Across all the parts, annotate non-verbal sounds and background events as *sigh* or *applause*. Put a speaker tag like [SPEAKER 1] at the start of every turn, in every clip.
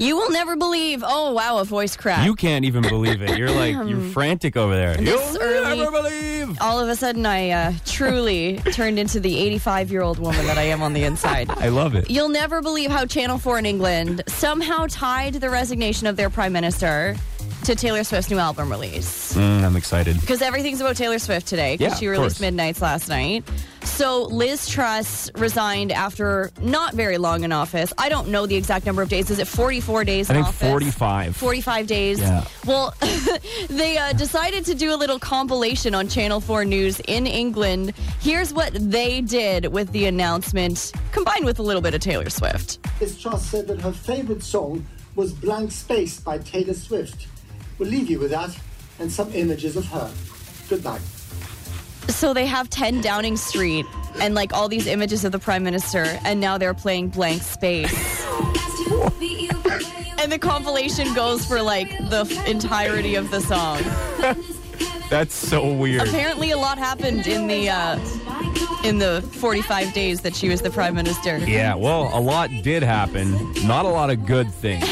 [SPEAKER 1] You will never believe. Oh wow, a voice crack.
[SPEAKER 2] You can't even believe it. You're like you're frantic over there.
[SPEAKER 1] This
[SPEAKER 2] You'll
[SPEAKER 1] early-
[SPEAKER 2] never believe.
[SPEAKER 1] All of a sudden, I uh,
[SPEAKER 2] *laughs*
[SPEAKER 1] truly turned into the 85 year old woman that I am on the inside.
[SPEAKER 2] I love it.
[SPEAKER 1] You'll never believe how Channel 4 in England somehow tied the resignation of their prime minister to Taylor Swift's new album release.
[SPEAKER 2] Mm, I'm excited.
[SPEAKER 1] Because everything's about Taylor Swift today,
[SPEAKER 2] Yeah,
[SPEAKER 1] because she
[SPEAKER 2] of
[SPEAKER 1] released
[SPEAKER 2] course.
[SPEAKER 1] Midnight's last night. So Liz Truss resigned after not very long in office. I don't know the exact number of days. Is it 44 days
[SPEAKER 2] I
[SPEAKER 1] in
[SPEAKER 2] think
[SPEAKER 1] office?
[SPEAKER 2] 45.
[SPEAKER 1] 45 days.
[SPEAKER 2] Yeah.
[SPEAKER 1] Well, *laughs* they uh, decided to do a little compilation on Channel 4 News in England. Here's what they did with the announcement, combined with a little bit of Taylor Swift.
[SPEAKER 3] Liz Truss said that her favorite song was Blank Space by Taylor Swift. We'll leave you with that and some images of her. Good night.
[SPEAKER 1] So they have 10 Downing Street and like all these images of the Prime Minister, and now they're playing Blank Space. *laughs* And the compilation goes for like the f- entirety of the song.
[SPEAKER 2] That's so weird.
[SPEAKER 1] Apparently, a lot happened in the uh, in the 45 days that she was the Prime Minister.
[SPEAKER 2] Yeah, well, a lot did happen. Not a lot of good things.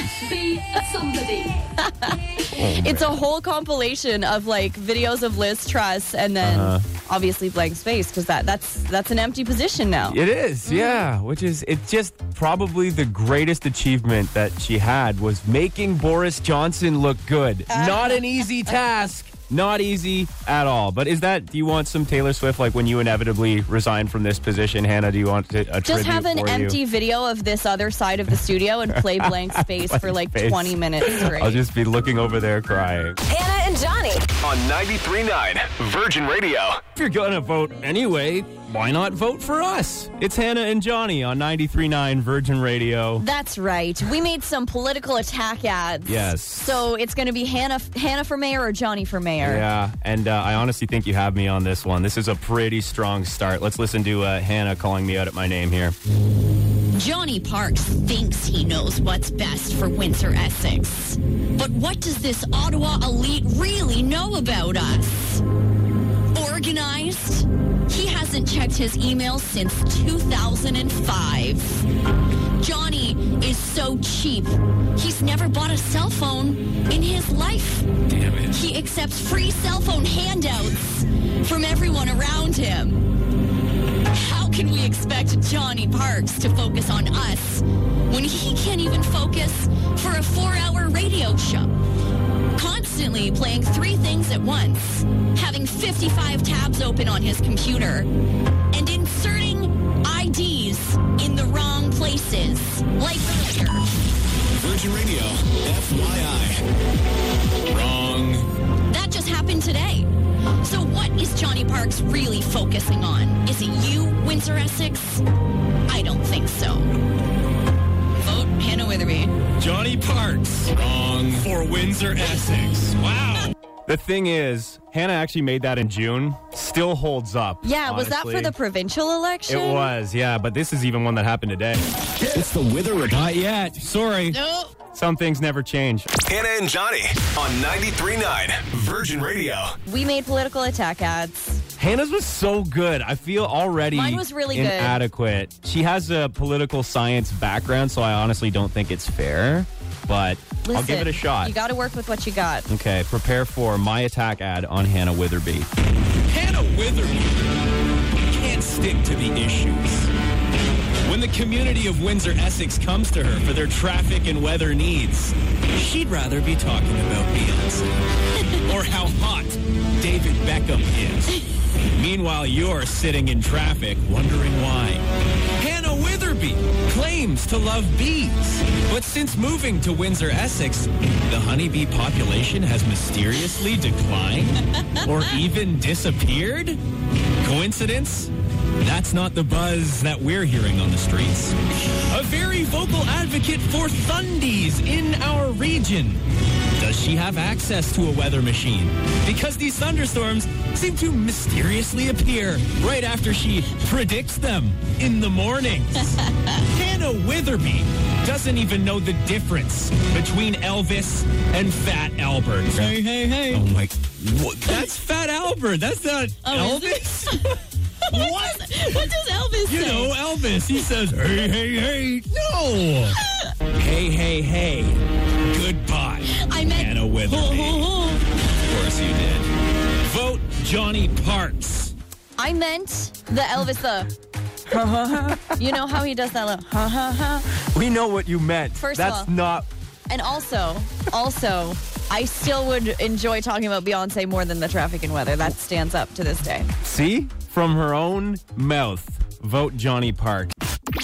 [SPEAKER 1] It's a whole compilation of like videos of Liz Truss and then
[SPEAKER 2] Uh-huh.
[SPEAKER 1] obviously blank space because that that's that's an empty position now.
[SPEAKER 2] It is,
[SPEAKER 1] Mm.
[SPEAKER 2] yeah. Which is, it's just probably the greatest achievement that she had was making Boris Johnson look good.
[SPEAKER 1] Uh,
[SPEAKER 2] Not an easy task. Not easy at all. But is that? Do you want some Taylor Swift? Like when you inevitably resign from this position, Hannah? Do you want to a
[SPEAKER 1] Just
[SPEAKER 2] tribute
[SPEAKER 1] have an
[SPEAKER 2] for you?
[SPEAKER 1] empty video of this other side of the studio and play blank
[SPEAKER 2] *laughs*
[SPEAKER 1] space for like
[SPEAKER 2] space.
[SPEAKER 1] 20 minutes straight.
[SPEAKER 2] I'll just be looking over there crying.
[SPEAKER 4] Hannah and Johnny.
[SPEAKER 5] on 93.9 Virgin Radio.
[SPEAKER 2] If you're gonna vote anyway, why not vote for us? It's Hannah and Johnny on 93.9 Virgin Radio.
[SPEAKER 1] That's right. We made some political attack ads.
[SPEAKER 2] Yes.
[SPEAKER 1] So it's going to be Hannah Hannah for mayor or Johnny for mayor.
[SPEAKER 2] Yeah, and uh, I honestly think you have me on this one. This is a pretty strong start. Let's listen to uh, Hannah calling me out at my name here.
[SPEAKER 6] Johnny Parks thinks he knows what's best for Windsor Essex. But what does this Ottawa elite really know about us? Organized? He hasn't checked his emails since 2005. Johnny is so cheap. He's never bought a cell phone in his life. He accepts free cell phone handouts from everyone around him. How can we expect Johnny Parks to focus on us when he can't even focus for a four-hour radio show? Constantly playing three things at once, having 55 tabs open on his computer, and inserting IDs in the wrong places, like here.
[SPEAKER 7] Virgin Radio, FYI. Wrong.
[SPEAKER 6] That just happened today. So what is Johnny Parks really focusing on? Is it you, Windsor Essex? I don't think so. Vote Hannah Witherby.
[SPEAKER 7] Johnny Parks. Wrong. For Windsor Essex. Wow.
[SPEAKER 2] The thing is, Hannah actually made that in June. Still holds up.
[SPEAKER 1] Yeah, was that for
[SPEAKER 2] honestly.
[SPEAKER 1] the provincial election?
[SPEAKER 2] It was, yeah, but this is even one that happened today.
[SPEAKER 7] It's the Wither Not yet. Sorry.
[SPEAKER 6] Nope.
[SPEAKER 2] Some things never change.
[SPEAKER 5] Hannah and Johnny on 93.9 Virgin Radio.
[SPEAKER 1] We made political attack ads.
[SPEAKER 2] Hannah's was so good. I feel already
[SPEAKER 1] Mine was really good.
[SPEAKER 2] inadequate. She has a political science background, so I honestly don't think it's fair, but I'll give it
[SPEAKER 1] Listen,
[SPEAKER 2] a shot.
[SPEAKER 1] You got to work with what you got.
[SPEAKER 2] okay, prepare for my attack ad on Hannah Witherby.
[SPEAKER 7] Hannah Witherby can't stick to the issues. When the community of Windsor Essex comes to her for their traffic and weather needs, she'd rather be talking about Beyonce or how hot David Beckham is. Meanwhile, you're sitting in traffic wondering why. Hannah Witherby claims to love bees, but since moving to Windsor Essex, the honeybee population has mysteriously declined or even disappeared? Coincidence? That's not the buzz that we're hearing on the streets. A very vocal advocate for Thundies in our region. Does she have access to a weather machine? Because these thunderstorms seem to mysteriously appear right after she predicts them in
[SPEAKER 6] *laughs*
[SPEAKER 7] the mornings. Hannah Witherby doesn't even know the difference between Elvis and Fat Albert. Hey, hey, hey. Oh my. What? That's Fat Albert. That's not
[SPEAKER 6] Oh, is
[SPEAKER 7] Elvis. what?
[SPEAKER 6] What does Elvis
[SPEAKER 7] You
[SPEAKER 6] say? Uh,
[SPEAKER 7] know Elvis. He says, hey, hey, hey. No. Hey, hey, hey. Goodbye.
[SPEAKER 6] I meant.
[SPEAKER 7] Anna
[SPEAKER 6] Oh,
[SPEAKER 7] Witherby.
[SPEAKER 6] *laughs*
[SPEAKER 7] Of course you did. Vote Johnny Parks.
[SPEAKER 1] I meant the Elvis the.
[SPEAKER 2] *laughs*
[SPEAKER 1] you know how he does that little.
[SPEAKER 2] We know what you meant.
[SPEAKER 1] First of
[SPEAKER 2] That's
[SPEAKER 1] all-
[SPEAKER 2] not.
[SPEAKER 1] And also, also, I still would enjoy talking about Beyonce more than the traffic and weather. That stands up to this day.
[SPEAKER 2] See? From her own mouth. Vote Johnny Parks.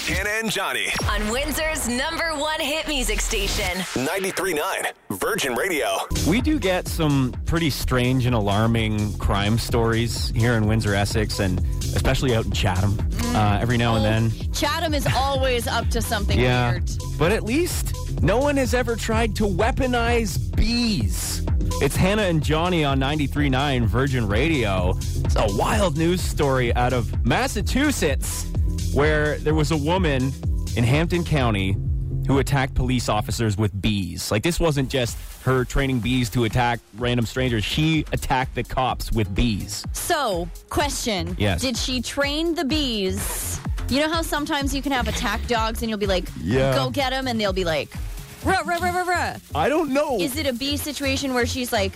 [SPEAKER 5] Hannah and Johnny.
[SPEAKER 4] On Windsor's number one hit music station.
[SPEAKER 5] 93.9 Virgin Radio.
[SPEAKER 2] We do get some pretty strange and alarming crime stories here in Windsor, Essex, and especially out in Chatham uh, every now
[SPEAKER 6] Oh,
[SPEAKER 2] and then.
[SPEAKER 1] Chatham is always up to something
[SPEAKER 2] Yeah.
[SPEAKER 1] weird.
[SPEAKER 2] But at least no one has ever tried to weaponize bees. It's Hannah and Johnny on 93.9 Virgin Radio. It's a wild news story out of Massachusetts where there was a woman in Hampton County who attacked police officers with bees. Like, this wasn't just her training bees to attack random strangers, she attacked the cops with bees.
[SPEAKER 1] So, question.
[SPEAKER 2] Yes.
[SPEAKER 1] Did she train the bees? You know how sometimes you can have attack dogs and you'll be like,
[SPEAKER 2] Yeah.
[SPEAKER 1] go get them, and they'll be like, ruh, ruh, ruh, ruh, ruh.
[SPEAKER 2] I don't know.
[SPEAKER 1] Is it a bee situation where she's like,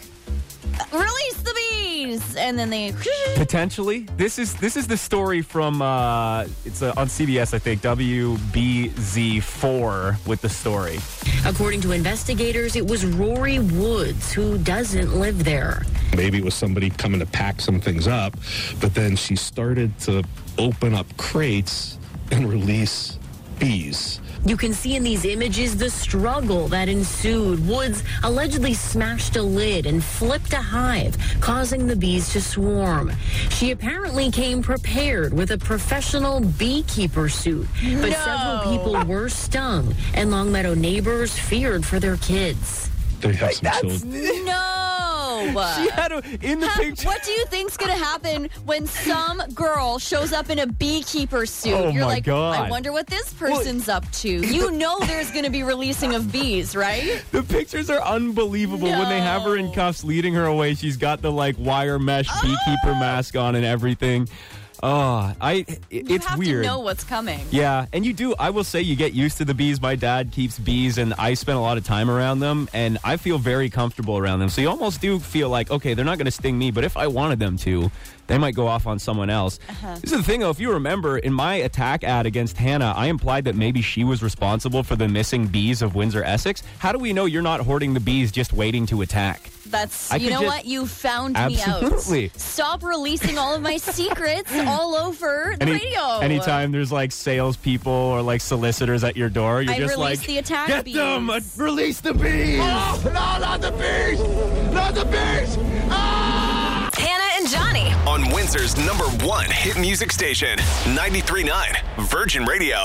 [SPEAKER 1] release the bees? And then they. *laughs*
[SPEAKER 2] Potentially, this is this is the story from uh, it's uh, on CBS, I think WBZ4 with the story.
[SPEAKER 8] According to investigators, it was Rory Woods who doesn't live there.
[SPEAKER 9] Maybe it was somebody coming to pack some things up, but then she started to open up crates and release bees.
[SPEAKER 8] You can see in these images the struggle that ensued. Woods allegedly smashed a lid and flipped a hive, causing the bees to swarm. She apparently came prepared with a professional beekeeper suit, but several people were stung, and Longmeadow neighbors feared for their kids.
[SPEAKER 9] They have some
[SPEAKER 2] *laughs*
[SPEAKER 9] children.
[SPEAKER 1] No!
[SPEAKER 2] She had a, in the
[SPEAKER 1] Huh,
[SPEAKER 2] picture.
[SPEAKER 1] What do you think's gonna happen when some girl shows up in a beekeeper suit?
[SPEAKER 2] Oh
[SPEAKER 1] You're
[SPEAKER 2] my
[SPEAKER 1] like, I
[SPEAKER 2] God.
[SPEAKER 1] wonder what this person's up to. You know there's gonna be releasing of bees, right?
[SPEAKER 2] The pictures are unbelievable when they have her in
[SPEAKER 1] No.
[SPEAKER 2] cuffs, leading her away. She's got the like wire mesh beekeeper
[SPEAKER 1] Ah.
[SPEAKER 2] mask on and everything. Oh, I it-
[SPEAKER 1] You
[SPEAKER 2] it's
[SPEAKER 1] have
[SPEAKER 2] weird.
[SPEAKER 1] to know what's coming.
[SPEAKER 2] Yeah, and you do. I will say you get used to the bees. My dad keeps bees, and I spend a lot of time around them, and I feel very comfortable around them. So you almost do feel like, okay, they're not going to sting me, but if I wanted them to, they might go off on someone else. This is the thing, though. If you remember, in my attack ad against Hannah, I implied that maybe she was responsible for the missing bees of Windsor Essex. How do we know you're not hoarding the bees just waiting to attack?
[SPEAKER 1] That's
[SPEAKER 2] I
[SPEAKER 1] you
[SPEAKER 2] could
[SPEAKER 1] know
[SPEAKER 2] just-
[SPEAKER 1] what? You found me
[SPEAKER 2] Absolutely.
[SPEAKER 1] out. Stop releasing all of my secrets all over
[SPEAKER 2] *laughs*
[SPEAKER 1] the
[SPEAKER 2] Any-
[SPEAKER 1] radio.
[SPEAKER 2] Anytime there's like salespeople or like solicitors at your door, you're
[SPEAKER 1] I
[SPEAKER 2] just
[SPEAKER 1] release
[SPEAKER 2] like,
[SPEAKER 1] the attack
[SPEAKER 2] get
[SPEAKER 1] bees."
[SPEAKER 2] them, Uh, release the bees.
[SPEAKER 4] Hannah and Johnny.
[SPEAKER 5] On Windsor's number one hit music station, 93.9 Virgin Radio.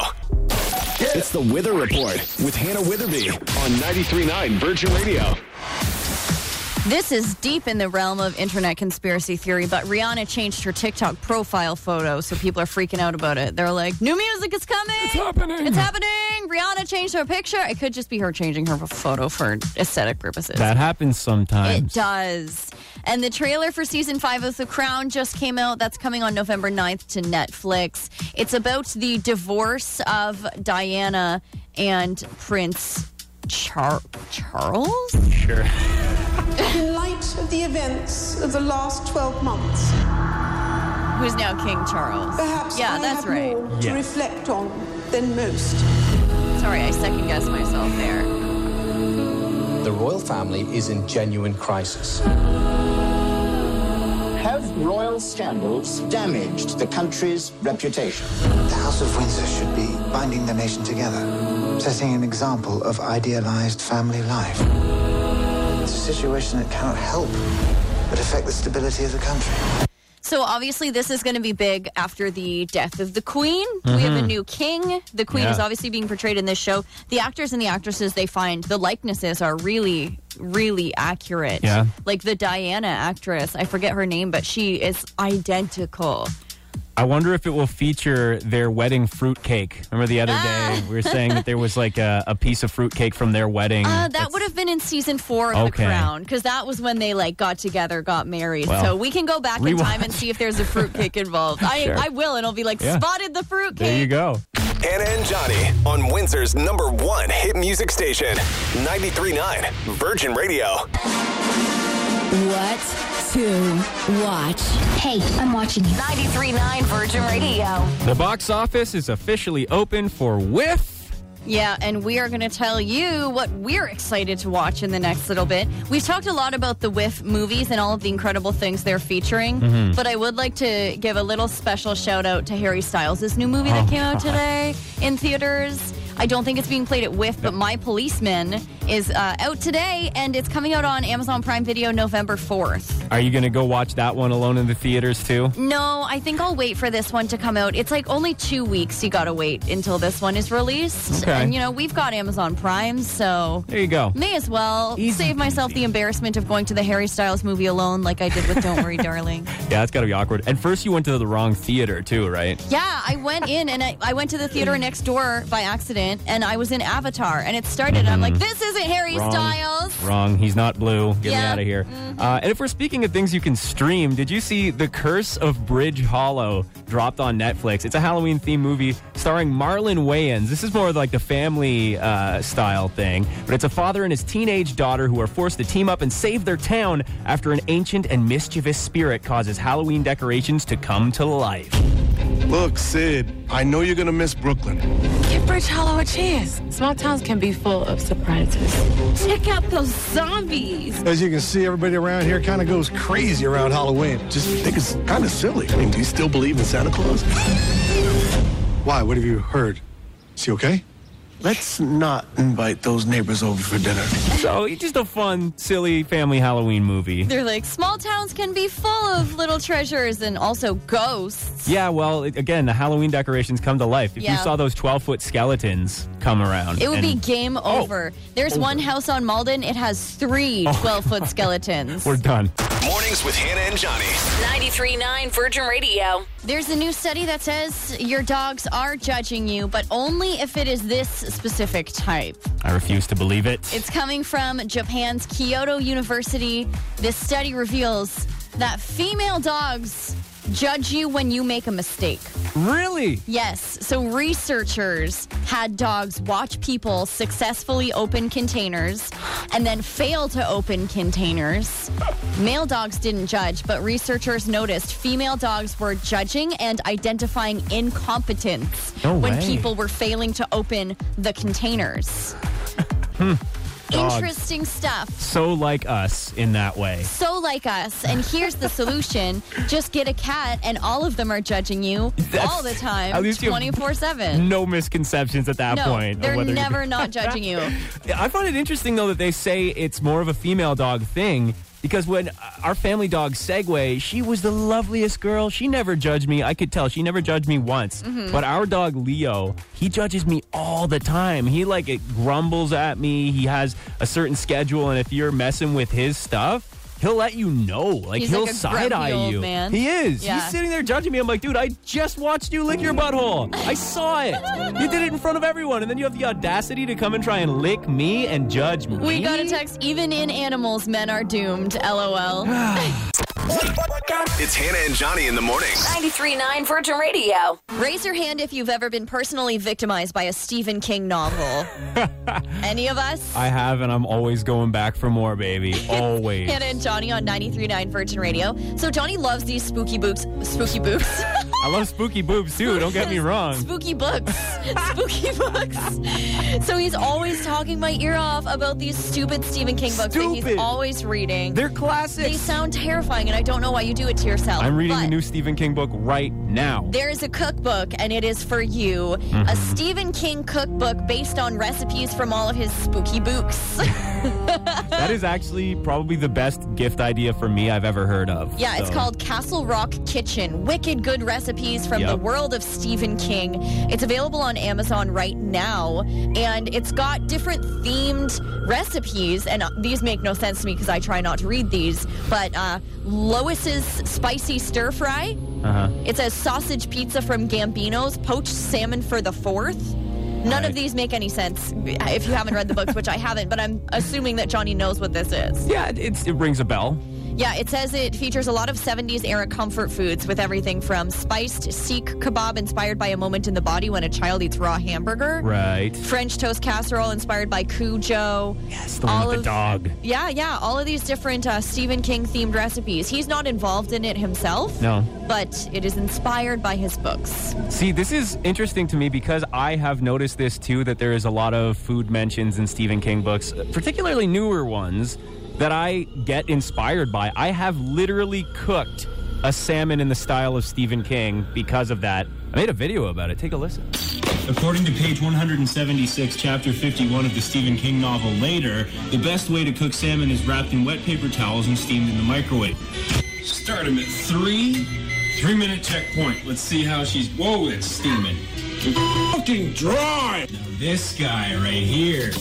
[SPEAKER 5] It's the Wither Report with Hannah Witherby on 93.9 Virgin Radio.
[SPEAKER 1] This is deep in the realm of internet conspiracy theory, but Rihanna changed her TikTok profile photo, so people are freaking out about it. They're like, new music is coming. It's happening. It's happening. Rihanna changed her picture. It could just be her changing her photo for aesthetic purposes.
[SPEAKER 2] That happens
[SPEAKER 1] it
[SPEAKER 2] sometimes.
[SPEAKER 1] does. And the trailer for season five of The Crown just came out. That's coming on November 9th to Netflix. It's about the divorce of Diana and Prince Char- Charles?
[SPEAKER 2] Sure.
[SPEAKER 10] In light of the events of the last 12 months,
[SPEAKER 1] who's now King Charles.
[SPEAKER 10] perhaps
[SPEAKER 1] yeah,
[SPEAKER 10] I
[SPEAKER 1] that's
[SPEAKER 10] have
[SPEAKER 1] right.
[SPEAKER 10] more
[SPEAKER 2] Yeah.
[SPEAKER 10] to reflect on than most.
[SPEAKER 1] Sorry, I second guessed myself there.
[SPEAKER 11] The royal family is in genuine crisis.
[SPEAKER 3] Have royal scandals damaged the country's reputation?
[SPEAKER 11] The House of Windsor should be binding the nation together, setting an example of idealized family life. It's a situation that cannot help but affect the stability of the country.
[SPEAKER 1] So obviously, this is going to be big after the death of the Queen. We have a new king. The Queen
[SPEAKER 2] Mm-hmm. Yeah.
[SPEAKER 1] is obviously being portrayed in this show. The actors and the actresses they find the likenesses are really, really accurate.
[SPEAKER 2] Yeah.
[SPEAKER 1] Like the Diana actress, I forget her name, but she is identical.
[SPEAKER 2] I wonder if it will feature their wedding fruitcake. Remember the other
[SPEAKER 1] Ah.
[SPEAKER 2] day we were saying that there was like a, a piece of fruitcake from their wedding.
[SPEAKER 1] Uh, that would have been in season four of
[SPEAKER 2] Mm, Okay.
[SPEAKER 1] The Crown because that was when they like got together, got married.
[SPEAKER 2] Well,
[SPEAKER 1] so we can go back in time and
[SPEAKER 2] rewatch.
[SPEAKER 1] see if there's a fruitcake involved. I,
[SPEAKER 2] *laughs* Sure.
[SPEAKER 1] I will, and I'll be like,
[SPEAKER 2] Yeah.
[SPEAKER 1] spotted the fruitcake.
[SPEAKER 2] There you go.
[SPEAKER 5] Hannah and Johnny on Windsor's number one hit music station, 93.9 Virgin Radio.
[SPEAKER 12] What to watch? Hey, I'm watching you.
[SPEAKER 4] 93.9 Virgin Radio.
[SPEAKER 2] The box office is officially open for Whiff.
[SPEAKER 1] Yeah, and we are going to tell you what we're excited to watch in the next little bit. We've talked a lot about the Whiff movies and all of the incredible things they're featuring,
[SPEAKER 13] Mhm.
[SPEAKER 1] but I would like to give a little special shout out to Harry Styles' new movie that
[SPEAKER 13] Oh,
[SPEAKER 1] came out
[SPEAKER 13] God.
[SPEAKER 1] today in theaters. I don't think it's being played at Whiff, but My Policeman is uh, out today, and it's coming out on Amazon Prime Video November 4th.
[SPEAKER 2] Are you going to go watch that one alone in the theaters too?
[SPEAKER 1] No, I think I'll wait for this one to come out. It's like only two weeks you gotta wait until this one is released.
[SPEAKER 2] Okay.
[SPEAKER 1] And you know, we've got Amazon Prime, so
[SPEAKER 2] There you go.
[SPEAKER 1] may as well save myself the embarrassment of going to the Harry Styles movie alone like I did with Don't Worry Darling.
[SPEAKER 2] Yeah, it's got to be awkward. And first, you went to the wrong theater too, right?
[SPEAKER 1] Yeah, I went in and I, I went to the theater next door by accident and I was in Avatar and it started and I'm like,
[SPEAKER 2] Mhm.
[SPEAKER 1] This isn't Harry
[SPEAKER 2] Wrong.
[SPEAKER 1] Styles.
[SPEAKER 2] Wrong. He's not blue. Get me
[SPEAKER 1] Yeah. Mm-hmm.
[SPEAKER 2] out of here. Uh, and if we're speaking of things you can stream, did you see The Curse of Bridge Hollow dropped on Netflix? It's a Halloween themed movie starring Marlon Wayans. This is more like the family uh, style thing, but it's a father and his teenage daughter who are forced to team up and save their town after an ancient and mischievous spirit causes Halloween decorations to come to life.
[SPEAKER 14] Look, Sid, I know you're gonna miss Brooklyn.
[SPEAKER 15] Give Bridge Hollow a chance. Small towns can be full of surprises. Check out those zombies.
[SPEAKER 14] As you can see, everybody around here kind of goes crazy around Halloween. Just think it's kind of silly. I mean, do you still believe in Santa Claus? Why? What have you heard? Is he okay? Let's not invite those neighbors over for dinner.
[SPEAKER 2] So, it's just a fun, silly family Halloween movie.
[SPEAKER 1] They're like, small towns can be full of little treasures and also ghosts.
[SPEAKER 2] Yeah, well, it- again, the Halloween decorations come to life. If you
[SPEAKER 1] Yeah.
[SPEAKER 2] saw those 12 foot skeletons come around,
[SPEAKER 1] It would be
[SPEAKER 2] and
[SPEAKER 1] game
[SPEAKER 2] Oh.
[SPEAKER 1] over. There's one house on Malden. It has three 12
[SPEAKER 2] *laughs*
[SPEAKER 1] foot skeletons.
[SPEAKER 2] We're done.
[SPEAKER 5] Mornings with Hannah and Johnny.
[SPEAKER 4] 93.9 Virgin Radio.
[SPEAKER 1] There's a new study that says your dogs are judging you, but only if it is this specific type.
[SPEAKER 2] I refuse to believe it.
[SPEAKER 1] It's coming from Japan's Kyoto University. This study reveals that female dogs judge you when you make a mistake.
[SPEAKER 2] Really?
[SPEAKER 1] Yes. So researchers had dogs watch people successfully open containers and then fail to open containers. Male dogs didn't judge, but researchers noticed female dogs were judging and identifying incompetence
[SPEAKER 2] No
[SPEAKER 1] when
[SPEAKER 2] way.
[SPEAKER 1] people were failing to open the containers.
[SPEAKER 2] Hmm. *laughs* Dogs.
[SPEAKER 1] Interesting stuff.
[SPEAKER 2] So like us in that way.
[SPEAKER 1] So like us, and here's the
[SPEAKER 2] *laughs*
[SPEAKER 1] solution: just get a cat, and all of them are judging you all the time,
[SPEAKER 2] at least you have
[SPEAKER 1] twenty four seven.
[SPEAKER 2] No misconceptions at that
[SPEAKER 1] no,
[SPEAKER 2] point. of
[SPEAKER 1] They're
[SPEAKER 2] whether you're-
[SPEAKER 1] never not judging you.
[SPEAKER 2] I find it interesting though that they say it's more of a female dog thing because when uh, our family dog Segway, she was the loveliest girl. She never judged me. I could tell she never judged me once.
[SPEAKER 1] Mm-hmm.
[SPEAKER 16] Mhm.
[SPEAKER 2] But our dog Leo, he judges me all the time. He like it grumbles at me. He has a certain schedule, and if you're messing with his stuff. He'll let you know. Like
[SPEAKER 1] He's
[SPEAKER 2] he'll
[SPEAKER 1] like a grumpy
[SPEAKER 2] side eye
[SPEAKER 1] old
[SPEAKER 2] you.
[SPEAKER 1] man.
[SPEAKER 2] He is.
[SPEAKER 1] Yeah.
[SPEAKER 2] He's sitting there judging me. I'm like, dude, I just watched you lick your butthole. I saw it. you did it in front of everyone, and then you have the audacity to come and try and lick me and judge me.
[SPEAKER 1] We got a text. Even in animals, men are doomed. *sighs* LOL.
[SPEAKER 5] It's Hannah and Johnny in the morning.
[SPEAKER 1] 93.9 Virgin Radio. Raise your hand if you've ever been personally victimized by a Stephen King
[SPEAKER 2] *laughs*
[SPEAKER 1] novel. Any of us?
[SPEAKER 2] I have, and I'm always going back for
[SPEAKER 1] *laughs*
[SPEAKER 2] more, baby. Always.
[SPEAKER 1] Hannah and Johnny on 93.9 Virgin Radio. So Johnny loves these spooky books. Spooky
[SPEAKER 2] *laughs*
[SPEAKER 1] books.
[SPEAKER 2] I love spooky boobs too. Don't get me wrong.
[SPEAKER 1] Spooky books. *laughs* Spooky books. So he's always talking my ear off about these stupid Stephen King books that he's
[SPEAKER 2] Stupid.
[SPEAKER 1] always reading.
[SPEAKER 2] They're classics.
[SPEAKER 1] They sound terrifying, and I don't know why you do it to yourself.
[SPEAKER 2] I'm reading
[SPEAKER 1] but
[SPEAKER 2] the new Stephen King book right now.
[SPEAKER 1] There is a cookbook, and it is for you. A
[SPEAKER 2] Mm-hmm.
[SPEAKER 1] Stephen King cookbook based on recipes from all of his spooky books. *laughs*
[SPEAKER 2] That is actually probably the best gift idea for me I've ever heard of.
[SPEAKER 1] Yeah, it's
[SPEAKER 2] So,
[SPEAKER 1] called Castle Rock Kitchen. Wicked good recipes from the
[SPEAKER 2] Yep.
[SPEAKER 1] world of Stephen King. It's available on Amazon right now, and it's got different themed recipes. And uh, these make no sense to me because I try not to read these. But uh, Lois's spicy stir fry.
[SPEAKER 2] Uh-huh.
[SPEAKER 1] It says sausage pizza from Gambino's, poached salmon for the fourth. None of
[SPEAKER 2] Right.
[SPEAKER 1] these make any sense if you haven't read the books, which I haven't, but I'm assuming that Johnny knows what this is.
[SPEAKER 2] Yeah, it's, it rings a bell.
[SPEAKER 1] Yeah, it says it features a lot of 70s era comfort foods with everything from spiced Sikh kebab inspired by a moment in the body when a child eats raw hamburger,
[SPEAKER 2] Right.
[SPEAKER 1] French toast casserole inspired by Cujo. Yes,
[SPEAKER 2] the one with the dog.
[SPEAKER 1] Yeah, yeah, all of these different uh, Stephen King themed recipes. He's not involved in it himself,
[SPEAKER 2] No.
[SPEAKER 1] but it is inspired by his books.
[SPEAKER 2] See, this is interesting to me because I have noticed this too that there is a lot of food mentions in Stephen King books, particularly newer ones, that I get inspired by. I have literally cooked a salmon in the style of Stephen King because of that. I made a video about it. Take a listen.
[SPEAKER 17] According to page 176, chapter 51 of the Stephen King novel Later, the best way to cook salmon is wrapped in wet paper towels and steamed in the microwave. Start him at three. Three minute checkpoint. Let's see how she's. Whoa, it's steaming. Fucking dry! Now this guy right here.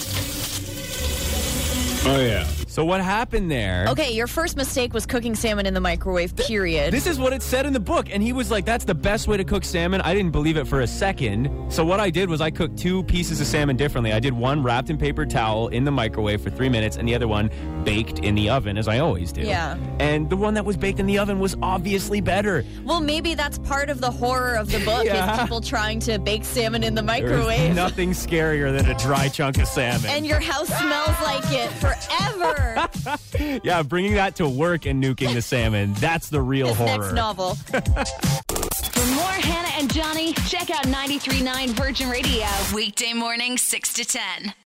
[SPEAKER 2] Oh, yeah. So, what happened there?
[SPEAKER 1] Okay, your first mistake was cooking salmon in the microwave, period.
[SPEAKER 2] This is what it said in the book. And he was like, that's the best way to cook salmon. I didn't believe it for a second. So, what I did was I cooked two pieces of salmon differently. I did one wrapped in paper towel in the microwave for three minutes, and the other one baked in the oven, as I always do.
[SPEAKER 1] Yeah.
[SPEAKER 2] And the one that was baked in the oven was obviously better.
[SPEAKER 1] Well, maybe that's part of the horror of the book
[SPEAKER 2] Yeah.
[SPEAKER 1] is people trying to bake salmon in the
[SPEAKER 2] There's
[SPEAKER 1] microwave.
[SPEAKER 2] nothing scarier than a dry chunk of salmon.
[SPEAKER 1] And your house smells like it forever.
[SPEAKER 2] yeah, bringing that to work and nuking the salmon. That's the real
[SPEAKER 18] His
[SPEAKER 2] horror.
[SPEAKER 18] next novel. For more Hannah and Johnny, check out 93.9 Virgin Radio.
[SPEAKER 19] Weekday morning, 6 to 10.